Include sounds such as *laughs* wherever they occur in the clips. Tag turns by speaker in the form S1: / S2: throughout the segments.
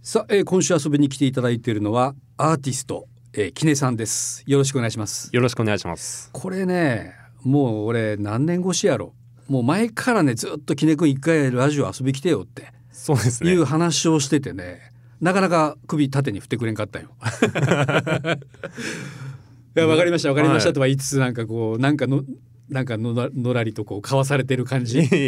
S1: さあ、えー今週遊びに来ていただいているのはアーティスト、えー、キネさんですよろしくお願いします
S2: よろしくお願いします。
S1: これねもう俺何年越しやろもう前からねずっとキネ君一回ラジオ遊び来てよって
S2: そうです
S1: い
S2: ね
S1: う。話をしててねなかなか首縦に振ってくれんかっ
S2: *laughs*
S1: たよ。いやわかりましたわかりました、
S2: はい
S1: とは言いつつなんかこうなんかのなんかのらのらりとこうかわされてる感じ
S2: *laughs*
S1: *laughs*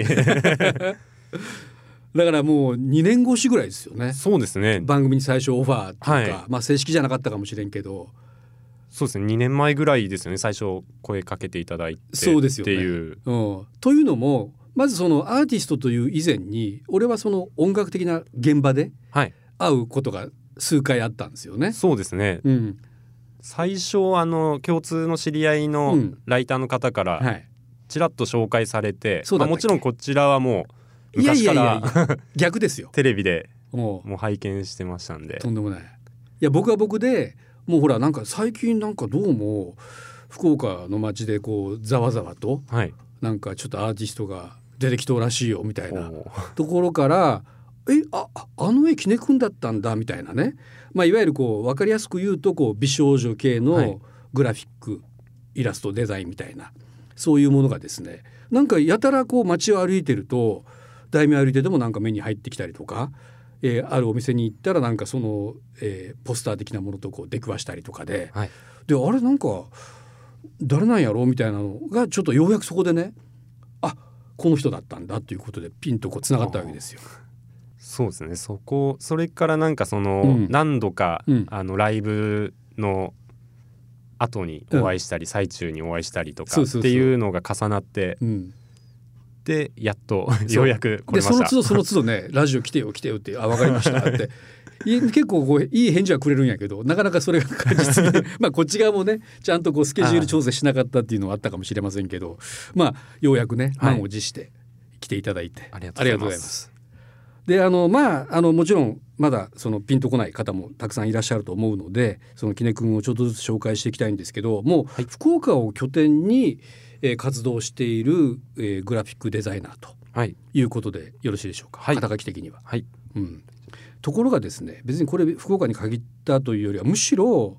S1: だからもう2年越しぐらいですよね
S2: そうで
S1: *laughs*
S2: すね。
S1: 番組に最初オファーとか、
S2: はい
S1: まあ正式じゃなかったかもしれんけど
S2: そうですね。2年前ぐらいですよね。最初声かけていただいて、
S1: そうですよね
S2: っていう。
S1: うん、というのもまずそのアーティストという以前に俺はその音楽的な現場で
S2: はい。
S1: 会うことが数回あったんですよね。
S2: そうですね。
S1: うん
S2: 最初あの共通の知り合いうの
S1: ん
S2: ライターの方か
S1: は
S2: ら
S1: い、
S2: ちらっと紹介されて、
S1: そうだ
S2: ま
S1: っ
S2: あ
S1: たっけ
S2: もちろんこちらはもう
S1: いやい
S2: 昔
S1: や
S2: か
S1: いやい
S2: ら
S1: や逆ですよ
S2: テレビで
S1: も
S2: もう拝見してましたんで
S1: うと。んでもないいや僕は僕でもうほらなんか最近なんかどうも福岡の街でこうざわざわと
S2: はい。
S1: なんかちょっとアーティストが出てきとうらしいよみたいな
S2: おー
S1: ところから「えあああの絵きねくんだったんだ」みたいなね、まあ、いわゆるこう分かりやすく言うとこう美少女系
S2: はい
S1: のグラフィック、イラストデザインみたいなそういうものがですねなんかやたらこう街を歩いてると題名歩いててもなんか目に入ってきたりとか、えーあるお店に行ったらなんかその、えーポスター的なものとこう出くわしたりとかで、
S2: はい
S1: であれなんか誰なんやろみたいなのがちょっとようやくそこでねあこの人だったんだということでピンとこうつながったわけですよ。
S2: そうですね。そこそれからなんかその、
S1: うん
S2: 何度か、
S1: うん
S2: あのライブの後にお会いしたり、最中にお会いしたりとか
S1: そう
S2: っ
S1: そうそう
S2: ていうのが重なって
S1: うん、
S2: でやっと
S1: う
S2: *laughs* ようやく来れ
S1: で
S2: ま
S1: そ
S2: し
S1: の
S2: た。
S1: 都度その都度
S2: *laughs*
S1: ね「ラジオ来てよ来てよ」って「あ分かりました」ってい結構こういい返事はくれるんやけどなかなかそれが確実
S2: *laughs*
S1: にまあこっち側もねちゃんとこうスケジュール調整しなかったっていうのはあったかもしれませんけどまあようやくね
S2: はい
S1: 満を持して来ていただいて、
S2: ありがと
S1: あ
S2: う
S1: り
S2: ご
S1: がとござ
S2: ざいうま。
S1: いますす。であのまああのもちろんまだそのピンとこない方もたくさんいらっしゃると思うのでそのきね君をちょっとずつ紹介していきたいんですけどもう
S2: はい
S1: 福岡を拠点に、えー活動している、えーグラフィックデザイナーと
S2: はい
S1: いうことでよろしいでしょうか、
S2: はい
S1: 肩書き的には、
S2: はい
S1: うん。ところがですね別にこれ福岡に限ったというよりはむしろ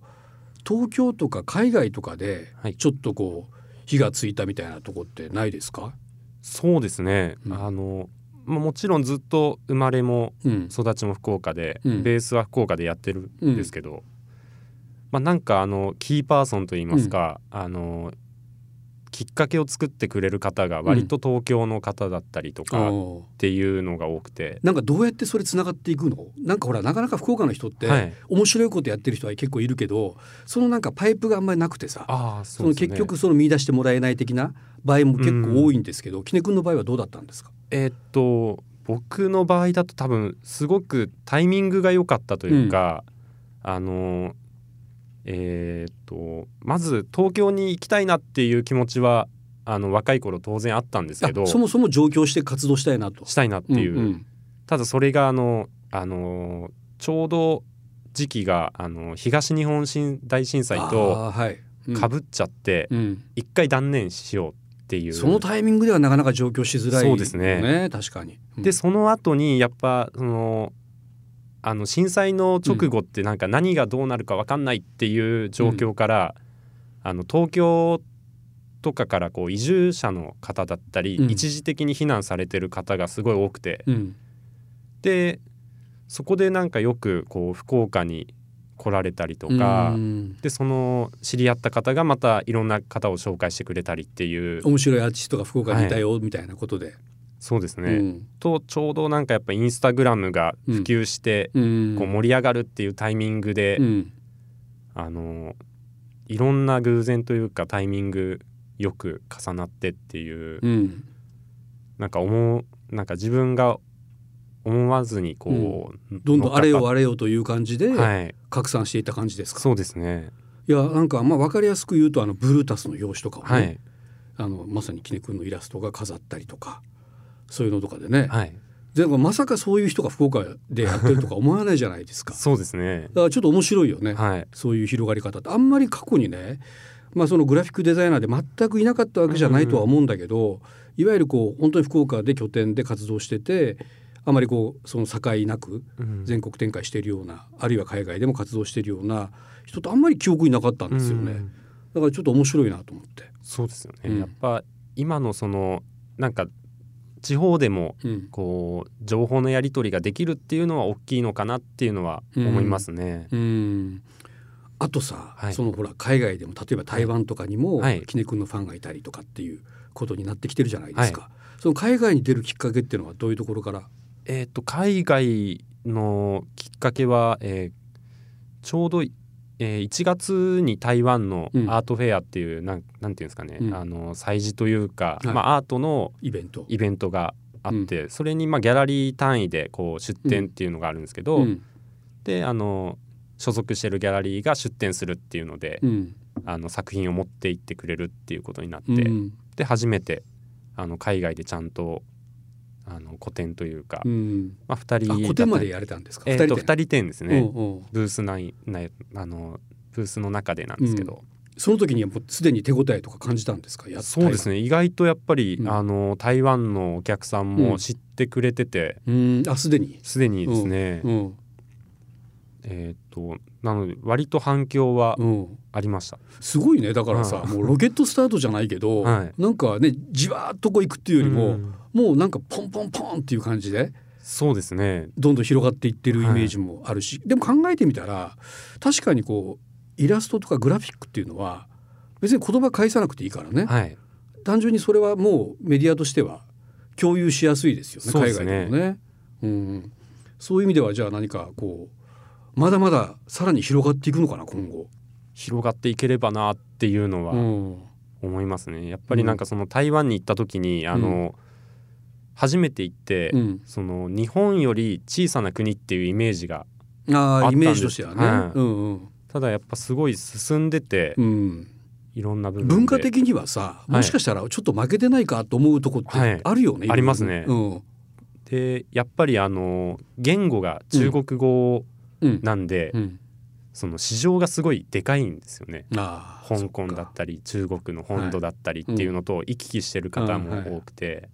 S1: 東京とか海外とかで
S2: はい
S1: ちょっとこう火がついたみたいなとこってないですか、
S2: そうですね。
S1: うん
S2: あのまあもちろんずっと生まれも
S1: うん、
S2: 育ちも福岡で、
S1: うん
S2: ベースは福岡でやってるんですけど、まあなんかあのキーパーソンといいますか、あのきっかけを作ってくれる方が割と東京の方だったりと
S1: あ
S2: かっ
S1: ー
S2: ていうのが多くて、
S1: なんかどうやってそれつながっていくのなんかほらなかなか福岡の人って、
S2: はい、
S1: 面白いことやってる人は結構いるけどそのなんかパイプがあんまりなくてさ
S2: ああそ
S1: そうの
S2: ですね
S1: 結局その見出してもらえない的な場合も結構多いんですけど、きねくんの場合はどうだったんですか、
S2: えーっと僕の場合だと多分すごくタイミングが良かったというか、あのえーっとまず東京に行きたいなっていう気持ちはあの若い頃当然あったんですけど
S1: あそもそも上京して活動したいなと。
S2: したいなっていう、
S1: うんうん
S2: ただそれがあのあのちょうど時期があの東日本新大震災と
S1: あーはいうん
S2: かぶっちゃって
S1: うん
S2: 一回断念しようっていう。
S1: そのタイミングではなかなか上京しづらいよ
S2: そうですね
S1: 確かに。うん
S2: でその後にやっぱそのあの震災の直後ってなんか何がどうなるか分かんないっていう状況から、あの東京とかからこう移住者の方だったり、
S1: うん
S2: 一時的に避難されてる方がすごい多くて
S1: うん
S2: でそこでなんかよくこう福岡に来られたりと
S1: う
S2: か、
S1: ん
S2: でその知り合った方がまたいろんな方を紹介してくれたりっていう
S1: 面白いアーティストが福岡にいたよみたいなことで。
S2: そうですね、
S1: うん
S2: とちょうどなんかやっぱインスタグラムが普及して、
S1: うん
S2: こう盛り上がるっていうタイミングで、
S1: うん
S2: あのいろんな偶然というかタイミングよく重なってっていう、
S1: うん
S2: なんか思うなんか自分が思わずにこう、
S1: どんどんあれよ
S2: あ
S1: あれよという感じで
S2: はい
S1: 拡散していった感じですか、
S2: そうですね
S1: い、やなんかまあ分かりやすく言うとあのブルータスの表紙とかをね、
S2: はい
S1: あのまさにきねくんのイラストが飾ったりとかそういうのとかでね、
S2: はい
S1: でもまさかそういう人が福岡でやってるとか思わないじゃないです
S2: *laughs*
S1: かだ
S2: そうですね
S1: からちょっと面白いよね、
S2: はい
S1: そういう広がり方ってあんまり過去にね、まあ、そのグラフィックデザイナーで全くいなかったわけじゃないとは思うんだけど、いわゆるこう本当に福岡で拠点で活動しててあまりこうその境なく
S2: うん
S1: 全国展開しているようなあるいは海外でも活動しているような人ってあんまり記憶になかったんですよね、
S2: うん
S1: だからちょっと面白いなと思って。
S2: そうですよね、
S1: うん
S2: やっぱ今のそのなんか地方でも
S1: うん
S2: こう情報のやり取りができるっていうのは大きいのかなっていうのは思いますね。
S1: うんあとさ、
S2: はい
S1: そのほら海外でも例えば台湾とかにも、
S2: はい
S1: キネ君のファンがいたりとかっていうことになってきてるじゃないですか、その海外に出るきっかけっていうのはどういうところから
S2: えっ、と海外のきっかけは、えーちょうど、えー1月に台湾の
S1: うん
S2: アートフェアっていう、なんなんていうんですかね、
S1: うん
S2: あの祭事という
S1: は
S2: か、
S1: い
S2: まあ、アートの
S1: イベント
S2: イベントがあって、それにまあギャラリー単位でこう出展っていうのがあるんですけど、
S1: うん
S2: であの所属してるギャラリーが出展するっていうので、
S1: うん
S2: あの作品を持って行ってくれるっていうことになって、
S1: うん
S2: で初めてあの海外でちゃんとあの個展というか、
S1: うん
S2: まあ、2人
S1: あ個
S2: だった
S1: 展までやれたんですか、
S2: えー、と
S1: 二人
S2: 2人展です
S1: で、
S2: ね、
S1: うんうん
S2: ブース内内あのブースの中でなんですけど、
S1: その時にはもうすでに手応えとか感じたんですかや
S2: そうです
S1: ね
S2: ね意外とやっぱり、
S1: うん
S2: あの台湾のお客さん
S1: うん
S2: も知ってくれてて
S1: うんあすでに、
S2: すで、にですね、
S1: うん
S2: えっ、となので割と反響は
S1: うん、
S2: ありました、
S1: すごいねだからさ、
S2: はい
S1: もうロケットスタートじゃないけど、
S2: はい
S1: なんかねじわーっとこう行くっていうよりも、
S2: うん
S1: もうなんかポンポンポンっていう感じで
S2: そうですね
S1: どんどん広がっていってるイメージもあるし、でも考えてみたら確かにこうイラストとかグラフィックっていうのは別に言葉返さなくていいからね、
S2: はい
S1: 単純にそれはもうメディアとしては共有しやすいですよね
S2: そうで
S1: 海
S2: す
S1: 外
S2: ね
S1: でもね、うん。そういう意味ではじゃあ何かこうまだまださらに広がっていくのかな今後。
S2: 広がっていければなっていうのは、
S1: うん
S2: 思いますねやっぱりなんかその台湾に行った時に、あの初めて行って、
S1: うん
S2: その日本より小さな国っていうイメージが
S1: あ
S2: あったん
S1: あ
S2: です
S1: イメージとしてはね、
S2: はい
S1: うんうん
S2: ただやっぱすごい進んでて、
S1: うん、
S2: いろんな部分で
S1: 文化的にはさ
S2: い
S1: もしかしたらちょっと負けてないかと思うとこっ
S2: はい
S1: てあるよね、いろいろ
S2: ありますね
S1: うん
S2: でやっぱりあの言語が中国語
S1: うん
S2: なんで、
S1: うん、
S2: その市場がすごいでかいんですよね
S1: ああ
S2: 香港だったり中国の本土だったりっていうのと行き来してる方も多くて、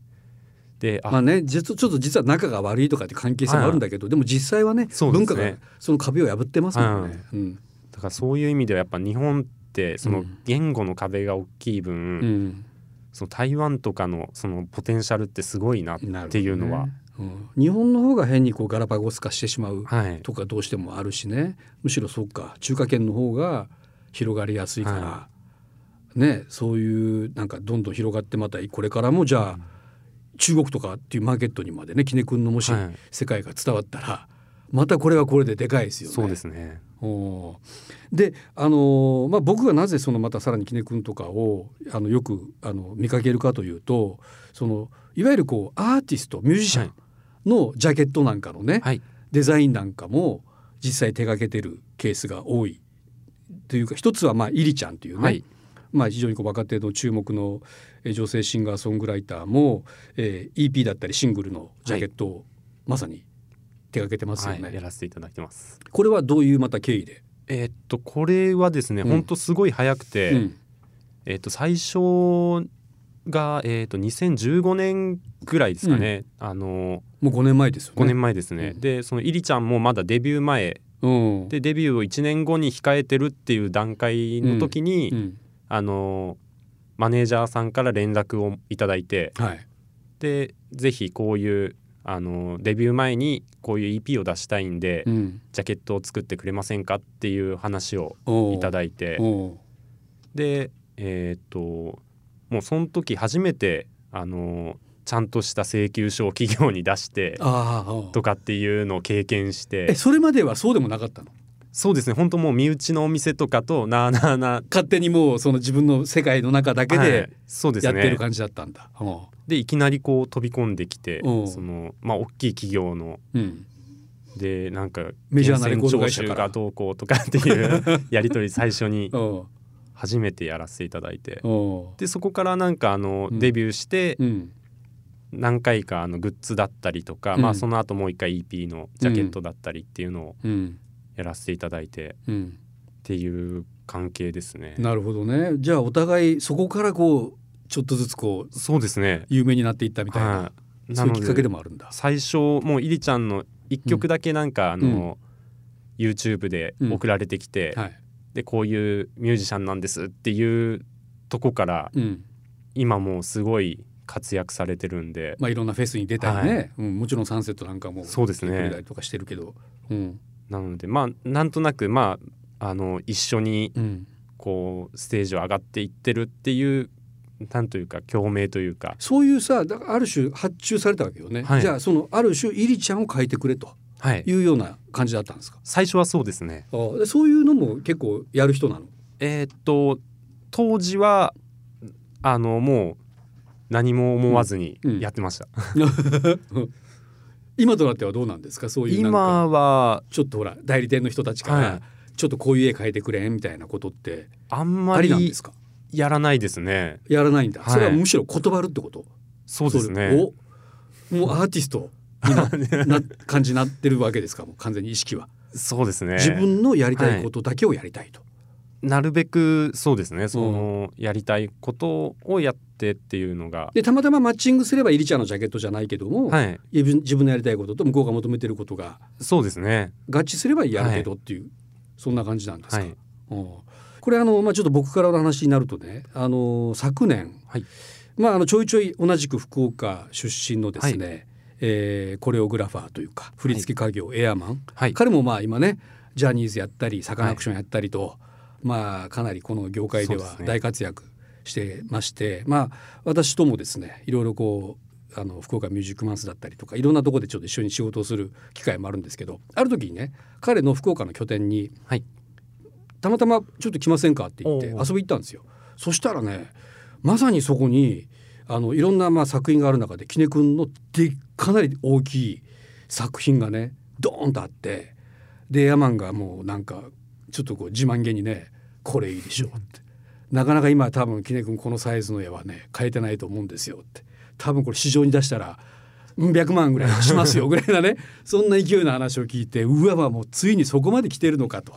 S2: で
S1: そっか
S2: あ、
S1: まあね実ちょっと実は仲が悪いとかって関係性もあるんだけど、でも実際はね
S2: そうです
S1: 文
S2: ね
S1: 化がその壁を破ってますもんね。うん
S2: だからそういう意味ではやっぱ日本ってそうの
S1: ん
S2: 言語の壁が大きい分、
S1: うん
S2: その台湾とかのそのポテンシャルってすごいな
S1: なるほどね
S2: っていうの
S1: う
S2: は、
S1: ん日本の方が変にこうガラパゴス化してしまう
S2: はい
S1: とかどうしてもあるしねむしろそうか中華圏の方が広がりやすいから、
S2: は
S1: ねそういうなんかどんどん広がってまたこれからもじゃあ中国とかっていうマーケットにまでねきね君のもし
S2: はい
S1: 世界が伝わったら、またこれはこれででかいですよね。
S2: そうですね
S1: おーで、あのーまあ、僕がなぜそのまたさらにきね君とかをあのよくあの見かけるかというとそのいわゆるこうアーティストミュージシャンのジャケットなんかのね、
S2: はい
S1: デザインなんかも実際手掛けてるケースが多いというか一つはまあイリちゃんというね、
S2: はい
S1: まあ、非常にこう若手の注目のえー女性シンガーソングライターも、えー EP だったりシングルのジャケットをまさに手掛けてますよね。
S2: はいやらせていただいてます
S1: これはどういうまた経緯で、
S2: えーっとこれはですね、
S1: うん
S2: ほんとすごい早くて、
S1: うん
S2: えーっと最初が、えーっと2015年ぐらいですかね、あの
S1: もう5年前ですよね。
S2: 5年前ですね、
S1: うん
S2: でそのイリちゃんもまだデビュー前
S1: うん、
S2: でデビューを1年後に控えてるっていう段階の時に、
S1: うん
S2: あのマネージャーさんから連絡をいただいて、
S1: はい
S2: でぜひこういうあのデビュー前にこういう EP を出したいんで、
S1: うん、
S2: ジャケットを作ってくれませんかっていう話を
S1: お
S2: いた
S1: い
S2: だいて
S1: おう
S2: でえーっともうその時初めてあのちゃんとした請求書を企業に出して
S1: ああおう
S2: とかっていうのを経験し
S1: え
S2: て
S1: それまではそうでもなかったの
S2: そうですね本当もう身内のお店とかとなあなあな
S1: 勝手にもうその自分の世界の中だ
S2: あ、
S1: けで
S2: はいそうです
S1: やって
S2: ね
S1: る感じだったんだ。お
S2: でいきなりこう飛び込んできて
S1: うん
S2: そのまあ大きい企業の
S1: ううん
S2: でなんか
S1: メジャーなレコード
S2: 厳
S1: 会社
S2: 選
S1: から
S2: 徴収がどうこうとかっていう *laughs* やり取り最初に
S1: おう
S2: 初めてやらせていただいて
S1: お
S2: でそこからなんかあの
S1: うん
S2: デビューして
S1: ううん
S2: 何回かあのグッズだったりとか、
S1: うん
S2: まあその後もう一回 EP のジャケットだったりっていうのを
S1: うん
S2: やらせていただいて
S1: うん
S2: っていう関係ですね。
S1: なるほどねじゃあお互いそこからこうちょっとずつこう
S2: そうですね
S1: 有名になっていったみたいな、
S2: はな
S1: そういう
S2: の
S1: きっかけ
S2: で
S1: でもあるんだ。
S2: 最初もうイリちゃんの一曲だけなんかあの、YouTube で送られてきて、
S1: はい。
S2: でこういうミュージシャンなんですっていうとこから
S1: うん。
S2: 今もうすごい活躍されてるんで
S1: まあいろんなフェスに出たりね、
S2: は
S1: うん、もちろんサンセットなんかも
S2: そうですね
S1: 来てくれたりとかしてるけど、うん、
S2: なのでまあなんとなくまああの一緒に
S1: うん、
S2: こうステージを上がっていってるっていうなんというか共鳴というか
S1: そういうさ、だからある種発注されたわけよね。
S2: はい
S1: じゃあそのある種イリちゃんを書いてくれと
S2: はい
S1: いうような感じだったんですか。
S2: 最初はそうですね
S1: ああでそういうのも結構やる人なの。
S2: えーっと当時はあのもう何も思わずに
S1: うんうん
S2: やってました、
S1: 今となってはどうなんですか。そういうなんか
S2: 今は
S1: ちょっとほら代理店の人たちから、
S2: はい
S1: ちょっとこういう絵描いてくれみたいなことって
S2: あ
S1: あ
S2: んま
S1: りなん
S2: り
S1: ですか。
S2: やらないですね
S1: やらないんだ。
S2: はい
S1: それはむしろ断るってこと。
S2: そうです
S1: それ
S2: ね
S1: をおもうアーティストになな感じになってるわけですか。もう完全に意識は、
S2: そうですね
S1: 自分のやりたいことだけをやりたいと。
S2: なるべくそうですねその、やりたいことをやってっていうのが
S1: でたまたまマッチングすればイリちゃんのジャケットじゃないけども、
S2: はい
S1: 自分自分のやりたいことと向こうが求めてることが
S2: そうですね
S1: 合致すればやるけどっていう、そんな感じなんですか。
S2: はい
S1: うんこれあの、まあ、ちょっと僕からの話になるとねあの昨年、
S2: はい
S1: まあ、あのちょいちょい同じく福岡出身のですね、えーコレオグラファーというか振付家業、エアマン、
S2: はい
S1: 彼もまあ今ねジャニーズやったりサカナクションやったりと、まあ、かなりこの業界で
S2: そうで
S1: は
S2: すね
S1: 大活躍してまして、まあ、私ともですねいろいろこうあの福岡ミュージックマンスだったりとかいろんなところでちょっと一緒に仕事をする機会もあるんですけどある時にね彼の福岡の拠点に
S2: はい
S1: たまたまちょっと来ませんかって言って遊
S2: おうおう
S1: び行ったんですよ。そしたらねまさにそこにあのいろんなまあ作品がある中できねくんのでかなり大きい作品がねドーンとあってでエアマンがもうなんかちょっとこう自慢げにね「これいいでしょ」って「なかなか今多分きねくんこのサイズの絵はね変えてないと思うんですよ」って多分これ市場に出したらうん100万ぐらいしますよぐらいなねそんな勢いの話を聞いてうわわもうついにそこまで来てるのかと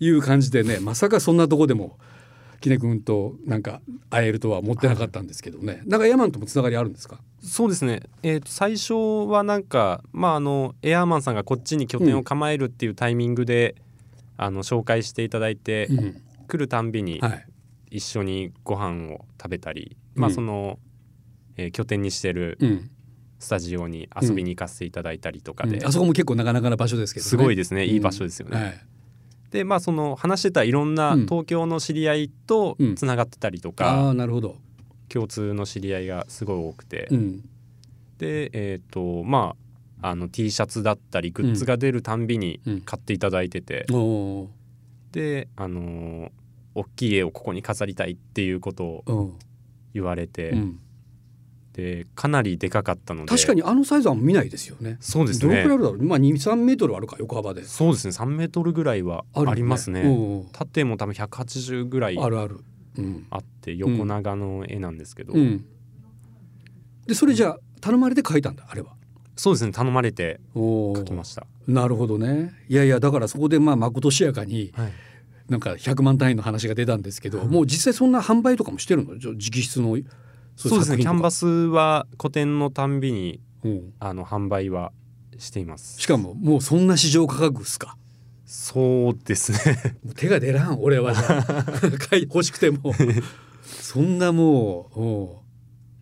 S1: いう感じでねまさかそんなとこでもきねくんとなんか会えるとは思ってなかったんですけどね、なんかエアマンともつながりあるんですか
S2: そうですね、えー、と最初はなんか、まあ、あのエアーマンさんがこっちに拠点を構えるっていうタイミングで、あの紹介していただいて、
S1: うん
S2: 来るたんびに
S1: はい
S2: 一緒にご飯を食べたり、
S1: うん
S2: まあ、その、えー拠点にしてる
S1: うん
S2: スタジオに遊びに行かせていただいたりとかで、
S1: うんあそこも結構なかなかな場所ですけど、ね、
S2: すごい
S1: で
S2: ですねいい場所ですよね。
S1: はい
S2: でまあその話してたいろんな
S1: うん
S2: 東京の知り合いと
S1: うん
S2: つながってたりと
S1: あ
S2: か、
S1: あなるほど、
S2: 共通の知り合いがすごい多くて。
S1: うん
S2: でえっ、とまああの T シャツだったりグッズが出るたんびに
S1: うん
S2: 買っていただいてて、
S1: おお
S2: であのー大きい絵をここに飾りたいっていうことを
S1: ー、うん
S2: 言われて、
S1: うん、
S2: でかなりでかかったので
S1: 確かにあのサイズは見ないですよね
S2: そうです
S1: どのくらい
S2: ね
S1: あるだろう、まあ、23メートルあるか横幅で
S2: そうですね3メートルぐらいは
S1: よ
S2: ありますね
S1: うんうん
S2: 縦も多分180ぐらい
S1: あるある、うん
S2: あって横長の絵なんですけど、
S1: うん、でそれじゃあ頼まれて書いたんだあれは
S2: そうですね頼まれて
S1: お
S2: 描きま
S1: ー
S2: した、
S1: なるほどねいやいやだからそこでまあまことしやかに
S2: はい
S1: なんか100万単位の話が出たんですけど、もう実際そんな販売とかもしてるのじゃあ直筆の
S2: そうですねキャンバ
S1: ス、
S2: スは個展のたんびに
S1: うん
S2: あの販売はしています
S1: しかももうそんな市場価格っすか
S2: そうですね。 *laughs*
S1: もう手が出らん俺はじゃあ買い欲しくてもそんなもうお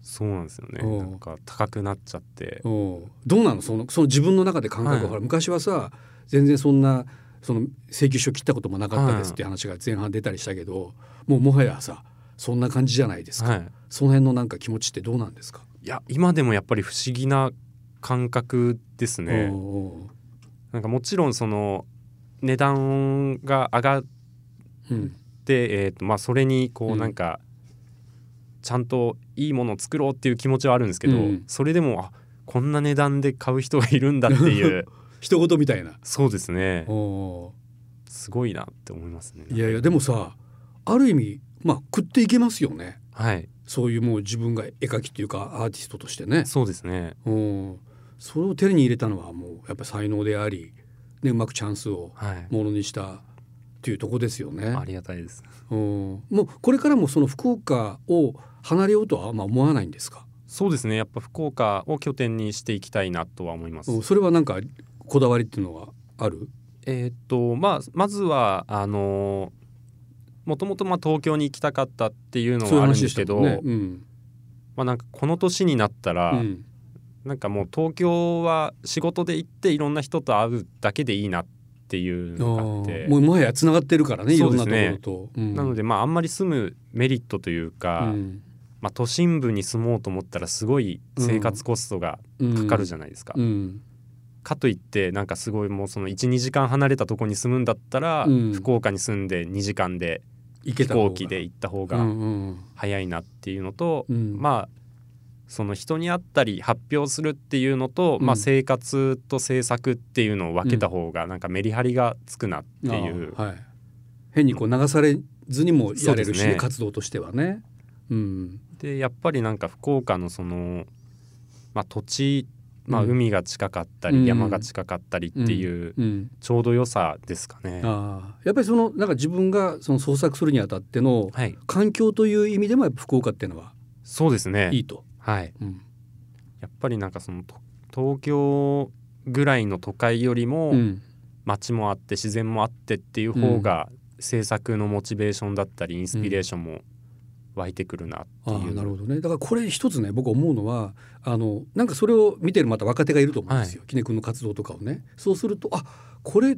S2: そうなんですよね。
S1: うん
S2: なんか高くなっちゃって
S1: う。おうどうなのそのその自分の中で感覚は、
S2: はい
S1: ほら昔はさ全然そんなその請求書切ったこともなかったで
S2: は
S1: す
S2: い
S1: っていう話が前半出たりしたけど、もうもはやさそんな感じじゃないですか、
S2: は
S1: その辺のなんか気持ちってどうなんですか、
S2: い。いや今でもやっぱり不思議な感覚ですね
S1: お。うお
S2: なんかもちろんその値段が上がっ
S1: ううん
S2: て、えーとまあそれにこ
S1: う
S2: うんなんか、ちゃんといいものを作ろうっていう気持ちはあるんですけど、
S1: うん
S2: それでもあこんな値段で買う人がいるんだって
S1: *laughs*
S2: いう
S1: 一言みたいな。
S2: そうですね
S1: おう
S2: すごいなって思いますね
S1: いやいやでもさある意味まあ食っていけますよね
S2: はい
S1: そういうもう自分が絵描きっていうかアーティストとしてね。
S2: そうですね
S1: うん、それを手に入れたのはもうやっぱ才能であり、ね、うまくチャンスを
S2: はい
S1: ものにしたというとこですよね
S2: あ。りがたいです
S1: うん、もうこれからもその福岡を離れようとはまあ思わないんですか。
S2: そうですねやっぱ福岡を拠点にしていきたいなとは思います、
S1: うんそれはなんかこだわりっていうのはある
S2: えーっとまあまずはあのもともとまあ東京に行きたかったっていうの
S1: そういう
S2: はあるん
S1: 話
S2: で
S1: ですし
S2: け
S1: た
S2: ど
S1: もんね。うん
S2: まあ、なんかこの年になったら、
S1: うん
S2: なんかもう東京は仕事で行っていろんな人と会うだけでいいなっていう
S1: あ
S2: のがあっ
S1: ー
S2: て
S1: もうもはやつながってるからねいろんな
S2: そう
S1: と
S2: で
S1: こ
S2: す
S1: ろ
S2: ね
S1: と。うん
S2: なのでまああんまり住むメリットという
S1: う
S2: か、
S1: ん
S2: まあ、都心部に住もうと思ったらすごい生活コストが
S1: うん
S2: かかるじゃないですか。
S1: うん
S2: かといってなんかすごいもうその12時間離れたとこに住むんだったら、
S1: うん
S2: 福岡に住んで2時間で
S1: 行け
S2: 飛
S1: た方が
S2: 行機で行った方
S1: う
S2: が
S1: んうん
S2: 早いなっていうのと、
S1: うん
S2: まあその人に会ったり発表するっていうのと、
S1: うん
S2: まあ、生活と制作っていうのを分けた方がなんかメリハリがつくなっていう、
S1: あーはい、変にこう流されずにもやれ
S2: そう
S1: る
S2: で
S1: し
S2: す
S1: ね、
S2: ね
S1: 活動としてはね。うん
S2: でやっぱりなんか福岡のその、まあ、土地、まあ、
S1: うん
S2: 海が近かったり、
S1: うん
S2: 山が近かったりっていう
S1: うん、
S2: ちょうど良さですかね。
S1: あーやっぱりそのなんか自分がその創作するにあたっての
S2: はい、
S1: 環境という意味でもやっぱ福岡っていうのは
S2: そうですね
S1: いいと。
S2: はい、
S1: うん
S2: やっぱりなんかそのと東京ぐらいの都会よりも、
S1: うん
S2: 街もあって自然もあってっていう方が制作のモチベーションだったりインスピレーションも湧いてくるなって
S1: あ
S2: い
S1: ー
S2: う。
S1: なるほどねだからこれ一つね僕思うのはあのなんかそれを見てるまた若手がいると思うんですよ、きね君の活動とかをねそうするとあこれ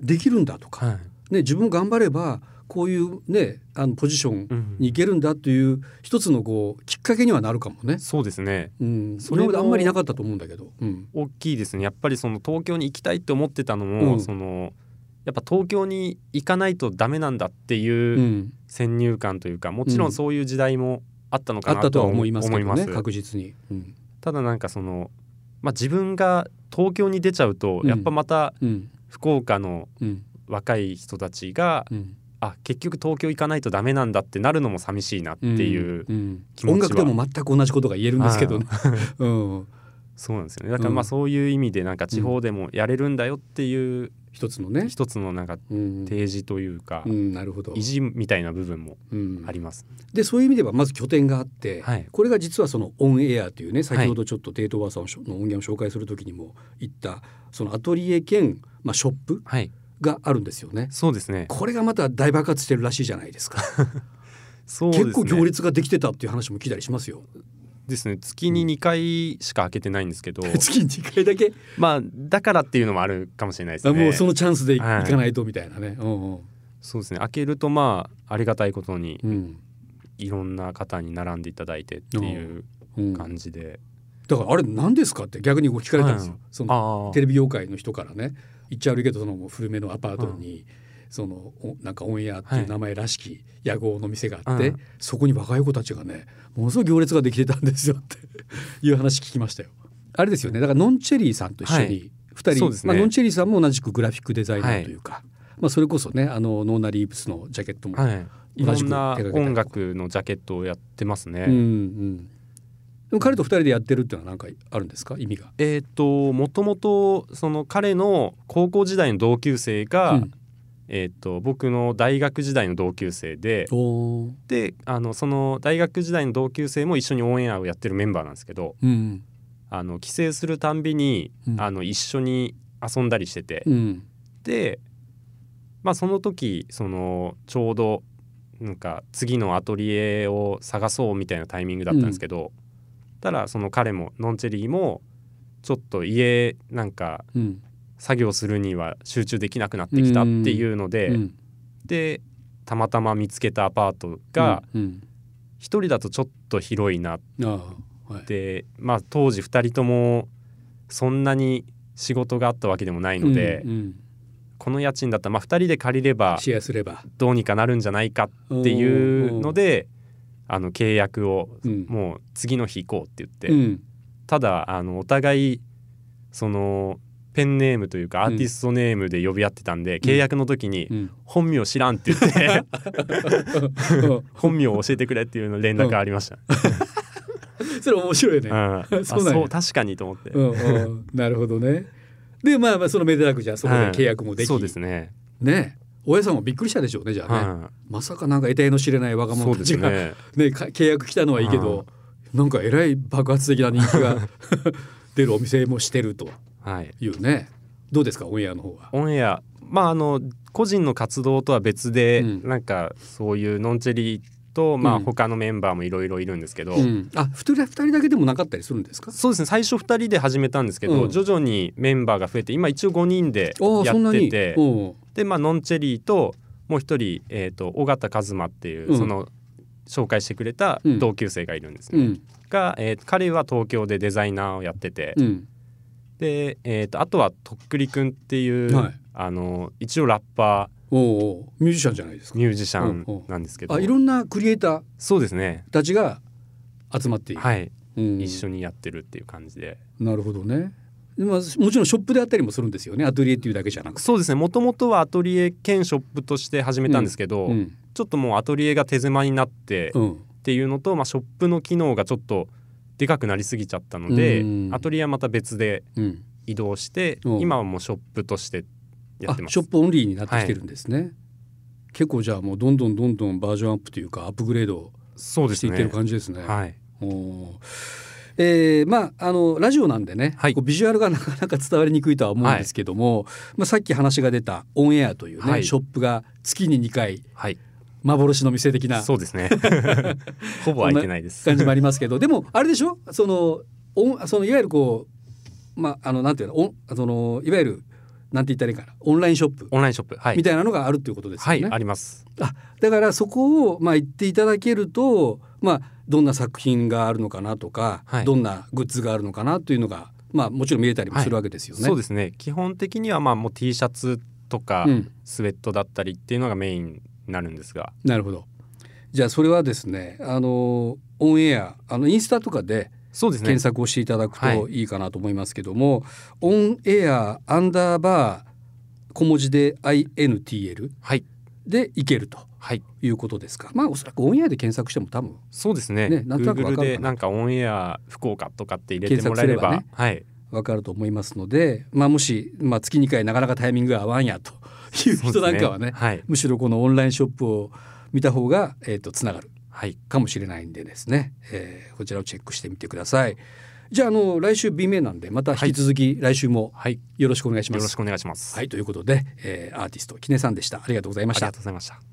S1: できるんだとか、
S2: はい
S1: ね、自分頑張ればこういう、ね、あのポジション
S2: うん
S1: に行けるんだという一つのこうきっかけにはなるかもね。
S2: そうですね
S1: うん、
S2: そ
S1: 今
S2: れ
S1: ま
S2: も
S1: であんまりなかったと思うんだけど。うん、
S2: 大きいですねやっぱりその東京に行きたいって思ってたのも、
S1: うん
S2: そのやっぱ東京に行かないとダメなんだって
S1: う、
S2: いうん先入観というかもちろ
S1: うんん
S2: そういう時代もあったの
S1: あ
S2: か
S1: っ
S2: な
S1: たと
S2: とは
S1: は
S2: 思
S1: 思
S2: い
S1: い
S2: ま
S1: ますす
S2: 思
S1: け
S2: い
S1: ど
S2: ま
S1: ね
S2: す
S1: 確実に。うん
S2: ただなんかその、まあ、自分が東京に出ちゃうと、
S1: うん
S2: やっぱまた
S1: うん
S2: 福岡の
S1: うん
S2: 若い人たちが
S1: うん、
S2: あ結局東京行かないとダメなんだってなるのも寂しいなっていう、
S1: うん
S2: 気持ち
S1: 音
S2: は
S1: 楽でも全く同じことが言えるんですけどね。 *laughs* うん、
S2: そうなんですよねだからま
S1: う
S2: あ
S1: ん
S2: そういう意味でなんか地方でもやれるんだよっていう
S1: 一つのね。
S2: 一つのなんか
S1: うん
S2: 提示というか、
S1: うん、なるほど
S2: 意、地みたいな部分も
S1: うん
S2: あ、ります。
S1: でそういう意味ではまず拠点があって、
S2: はい
S1: これが実はそのオンエアというね先ほどちょっとテイトーバーさんのしょの音源を紹介する時にも言ったそのアトリエ兼、まあ、ショップ
S2: はい
S1: があるんですよね。
S2: そうですね
S1: これがまた大爆発してるらしいじゃないですか。
S2: そうですね
S1: 結構行列ができてたっていう話も聞いたりしますよ。
S2: ですね月に2回しか開けてないんですけど、
S1: *laughs* 月に2回だけ、
S2: *laughs* まあだからっていうのもあるかもしれないです
S1: あ
S2: ね
S1: もうそのチャンスでい
S2: はい
S1: 行かないとみたいなね。うんうん
S2: そうですね開けるとまあありがたいことに
S1: うん
S2: いろんな方に並んでいただいてっていう
S1: うん
S2: 感じで、
S1: だからあれ何ですかって逆にこう聞かれたんですよ。
S2: はい
S1: その
S2: ああ
S1: テレビ業界の人からね言っちゃ悪いけどその古めのアパートに、そのおなんかオンエアっていう名前らしき屋号の店があって、
S2: うん
S1: そこに若い子たちがねものすごい行列ができてたんですよって *laughs* いう話聞きましたよ。あれですよねだからノンチェリーさんと一緒
S2: は
S1: に二人、
S2: そうですね
S1: まあ、ノンチェリーさんも同じくグラフィックデザイナーというか、まあ、それこそねあのノーナ・リーブスのジャケットも、
S2: はい、い
S1: 同
S2: ろ
S1: じ
S2: ん
S1: く
S2: な
S1: 手がけたりとか
S2: 音楽のジャケットをやってますね。
S1: うんうん、でも彼と二人でやってるっていうのは何かあるんですか意味が。
S2: えー、ともともとその彼の高校時代の同級生が、
S1: うん
S2: えー、と僕の大学時代の同級生で
S1: おー
S2: であのその大学時代の同級生も一緒にオンエアをやってるメンバーなんですけど
S1: うん
S2: あの帰省するたんびに、
S1: うん
S2: あの一緒に遊んだりしてて、
S1: うん
S2: で、まあ、その時そのちょうどなんか次のアトリエを探そうみたいなタイミングだったんですけど、ただその彼もノンチェリーもちょっと家なんか
S1: うん
S2: 作業するには集中できなくなってきたっていうので、
S1: うん
S2: でたまたま見つけたアパートが
S1: うん
S2: 一人だとちょっと広いなっ
S1: うんああはい
S2: て、まあ、当時二人ともそんなに仕事があったわけでもないので、
S1: うんうん
S2: この家賃だったら、まあ、二人で借りれば
S1: シェアすれば
S2: どうにかなるんじゃないかっていうのであの契約を
S1: うん
S2: もう次の日行こうって言って、
S1: うん
S2: ただあのお互いそのペンネームというかアーティストネームで呼び合ってたんで、契約の時に
S1: うん *laughs*
S2: 「本名知らん」って言って本名を教えてくれっていうの連絡ありました、
S1: それ面白いね
S2: うん。あ
S1: *laughs* そ
S2: そう
S1: なんや
S2: う確かにと思って、
S1: うんうんなるほどね。でまあまあそのめでたくじゃあそこで契約もでき、
S2: そうですね、
S1: ね大家さんもびっくりしたでしょうねじゃあね、
S2: は
S1: まさかなんか得体の知れない
S2: い
S1: 若
S2: そ
S1: 者
S2: う
S1: た
S2: で
S1: ち
S2: す
S1: が、ね
S2: ね
S1: か契約来たのはいいけど、なんかえらい爆発的な人気が *laughs* 出るお店もしてると
S2: はい、
S1: いうねどうですかオンエアの方は。
S2: オンエアまああの個人の活動とは別で、
S1: うん
S2: なんかそういうノンチェリーと、ま
S1: う
S2: あ、
S1: ん
S2: 他のメンバーもいろいろいるんですけど、
S1: うん、あ二人二人だけでもなかったりするんですか
S2: そうですね最初2人で始めたんですけど、
S1: うん
S2: 徐々にメンバーが増えて今一応5人で
S1: ああ
S2: や
S1: そんな
S2: って
S1: に
S2: て
S1: うん
S2: でまあノンチェリーともう一人、えー、と尾形一馬っていう、
S1: うん
S2: その紹介してくれた
S1: うん
S2: 同級生がいるんです
S1: う
S2: ね、
S1: ん
S2: が、えー彼は東京でデザイナーをやってて、
S1: うん
S2: で、えー、とあとはとっくりくんっていう、
S1: はい
S2: あの一応ラッパ
S1: おうおうミュージシャンじゃないです
S2: ー
S1: か
S2: ミュージシャンなんですけど、
S1: あいろんなクリエイター
S2: そうですね
S1: たちが集まっている、
S2: はい、
S1: うん
S2: 一緒にやってるっていう感じで
S1: なるほどねでまあもちろんショップであったりもするんですよねアトリエっていうだけじゃなくて
S2: そうですねもともとはアトリエ兼ショップとして始めたんですけど、
S1: うん
S2: ちょっともうアトリエが手狭になってっ
S1: うん
S2: ていうのと、まあ、ショップの機能がちょっとでかくなりすぎちゃったので、
S1: うん
S2: アトリエはまた別で
S1: うん
S2: 移動して、
S1: うん
S2: 今はもうショップとしてや
S1: あ
S2: ってます
S1: ショップオンリーになってきてるんですね、結構じゃあもうどんどんどんどんバージョンアップというかアップグレード
S2: そうで
S1: してい
S2: す
S1: ってる
S2: ね
S1: 感じですね
S2: はい
S1: おーえーまああのラジオなんでね、
S2: はい
S1: こうビジュアルがなかなか伝わりにくいとは思うんですけども、まあ、さっき話が出たオンエアというね、
S2: はい
S1: ショップが月に2回
S2: はい
S1: 幻の店的な
S2: そうで
S1: *laughs*
S2: すねほぼ空いてないです
S1: 感じもありますけどでもあれでしょそのオンそのいわゆるこうまああのなんていうのオンそのいわゆるなんて言ったらいいかなオンラインショップ
S2: オンラインショップはい
S1: みたいなのがあるっていうことです
S2: は
S1: よね。
S2: いあります
S1: だからそこをまあ言っていただけるとまあどんな作品があるのかなとか、
S2: はい
S1: どんなグッズがあるのかなというのがまあもちろん見れたりもするわけですよね。
S2: そうですね基本的にはまあもう T シャツとか、
S1: うん
S2: スウェットだったりっていうのがメインになるんですが
S1: なるほど。じゃあそれはですねあのオンエアあのインスタとかで
S2: そうですね
S1: 検索をしていただく
S2: は
S1: といいかなと思いますけども、オンエアアンダーバー小文字で INTL
S2: はい
S1: でいけると
S2: はい
S1: いうことですか。まあおそらくオンエアで検索しても多分
S2: そうですね
S1: ねなんとなくわかる
S2: Google
S1: かな
S2: でなんかオンエア福岡とかって入れてもらえれば
S1: 検
S2: はい
S1: わかると思いますので、まあ、もし、まあ、月2回なかなかタイミングが合わんやという人なんかはね
S2: はい
S1: むしろこのオンラインショップを見た方が、えー、とつながる
S2: はい
S1: かもしれないんでですね、えーこちらをチェックしてみてください。じゃああの来週 B 面なんでまた引き続き来週も
S2: はいよ
S1: よろしくお願いしま
S2: ろ
S1: す
S2: し。くお願いします、
S1: はい、ということで、えーアーティスト、きねさんでした。ありがとうございま
S2: あ
S1: し
S2: り
S1: た
S2: がと。うございました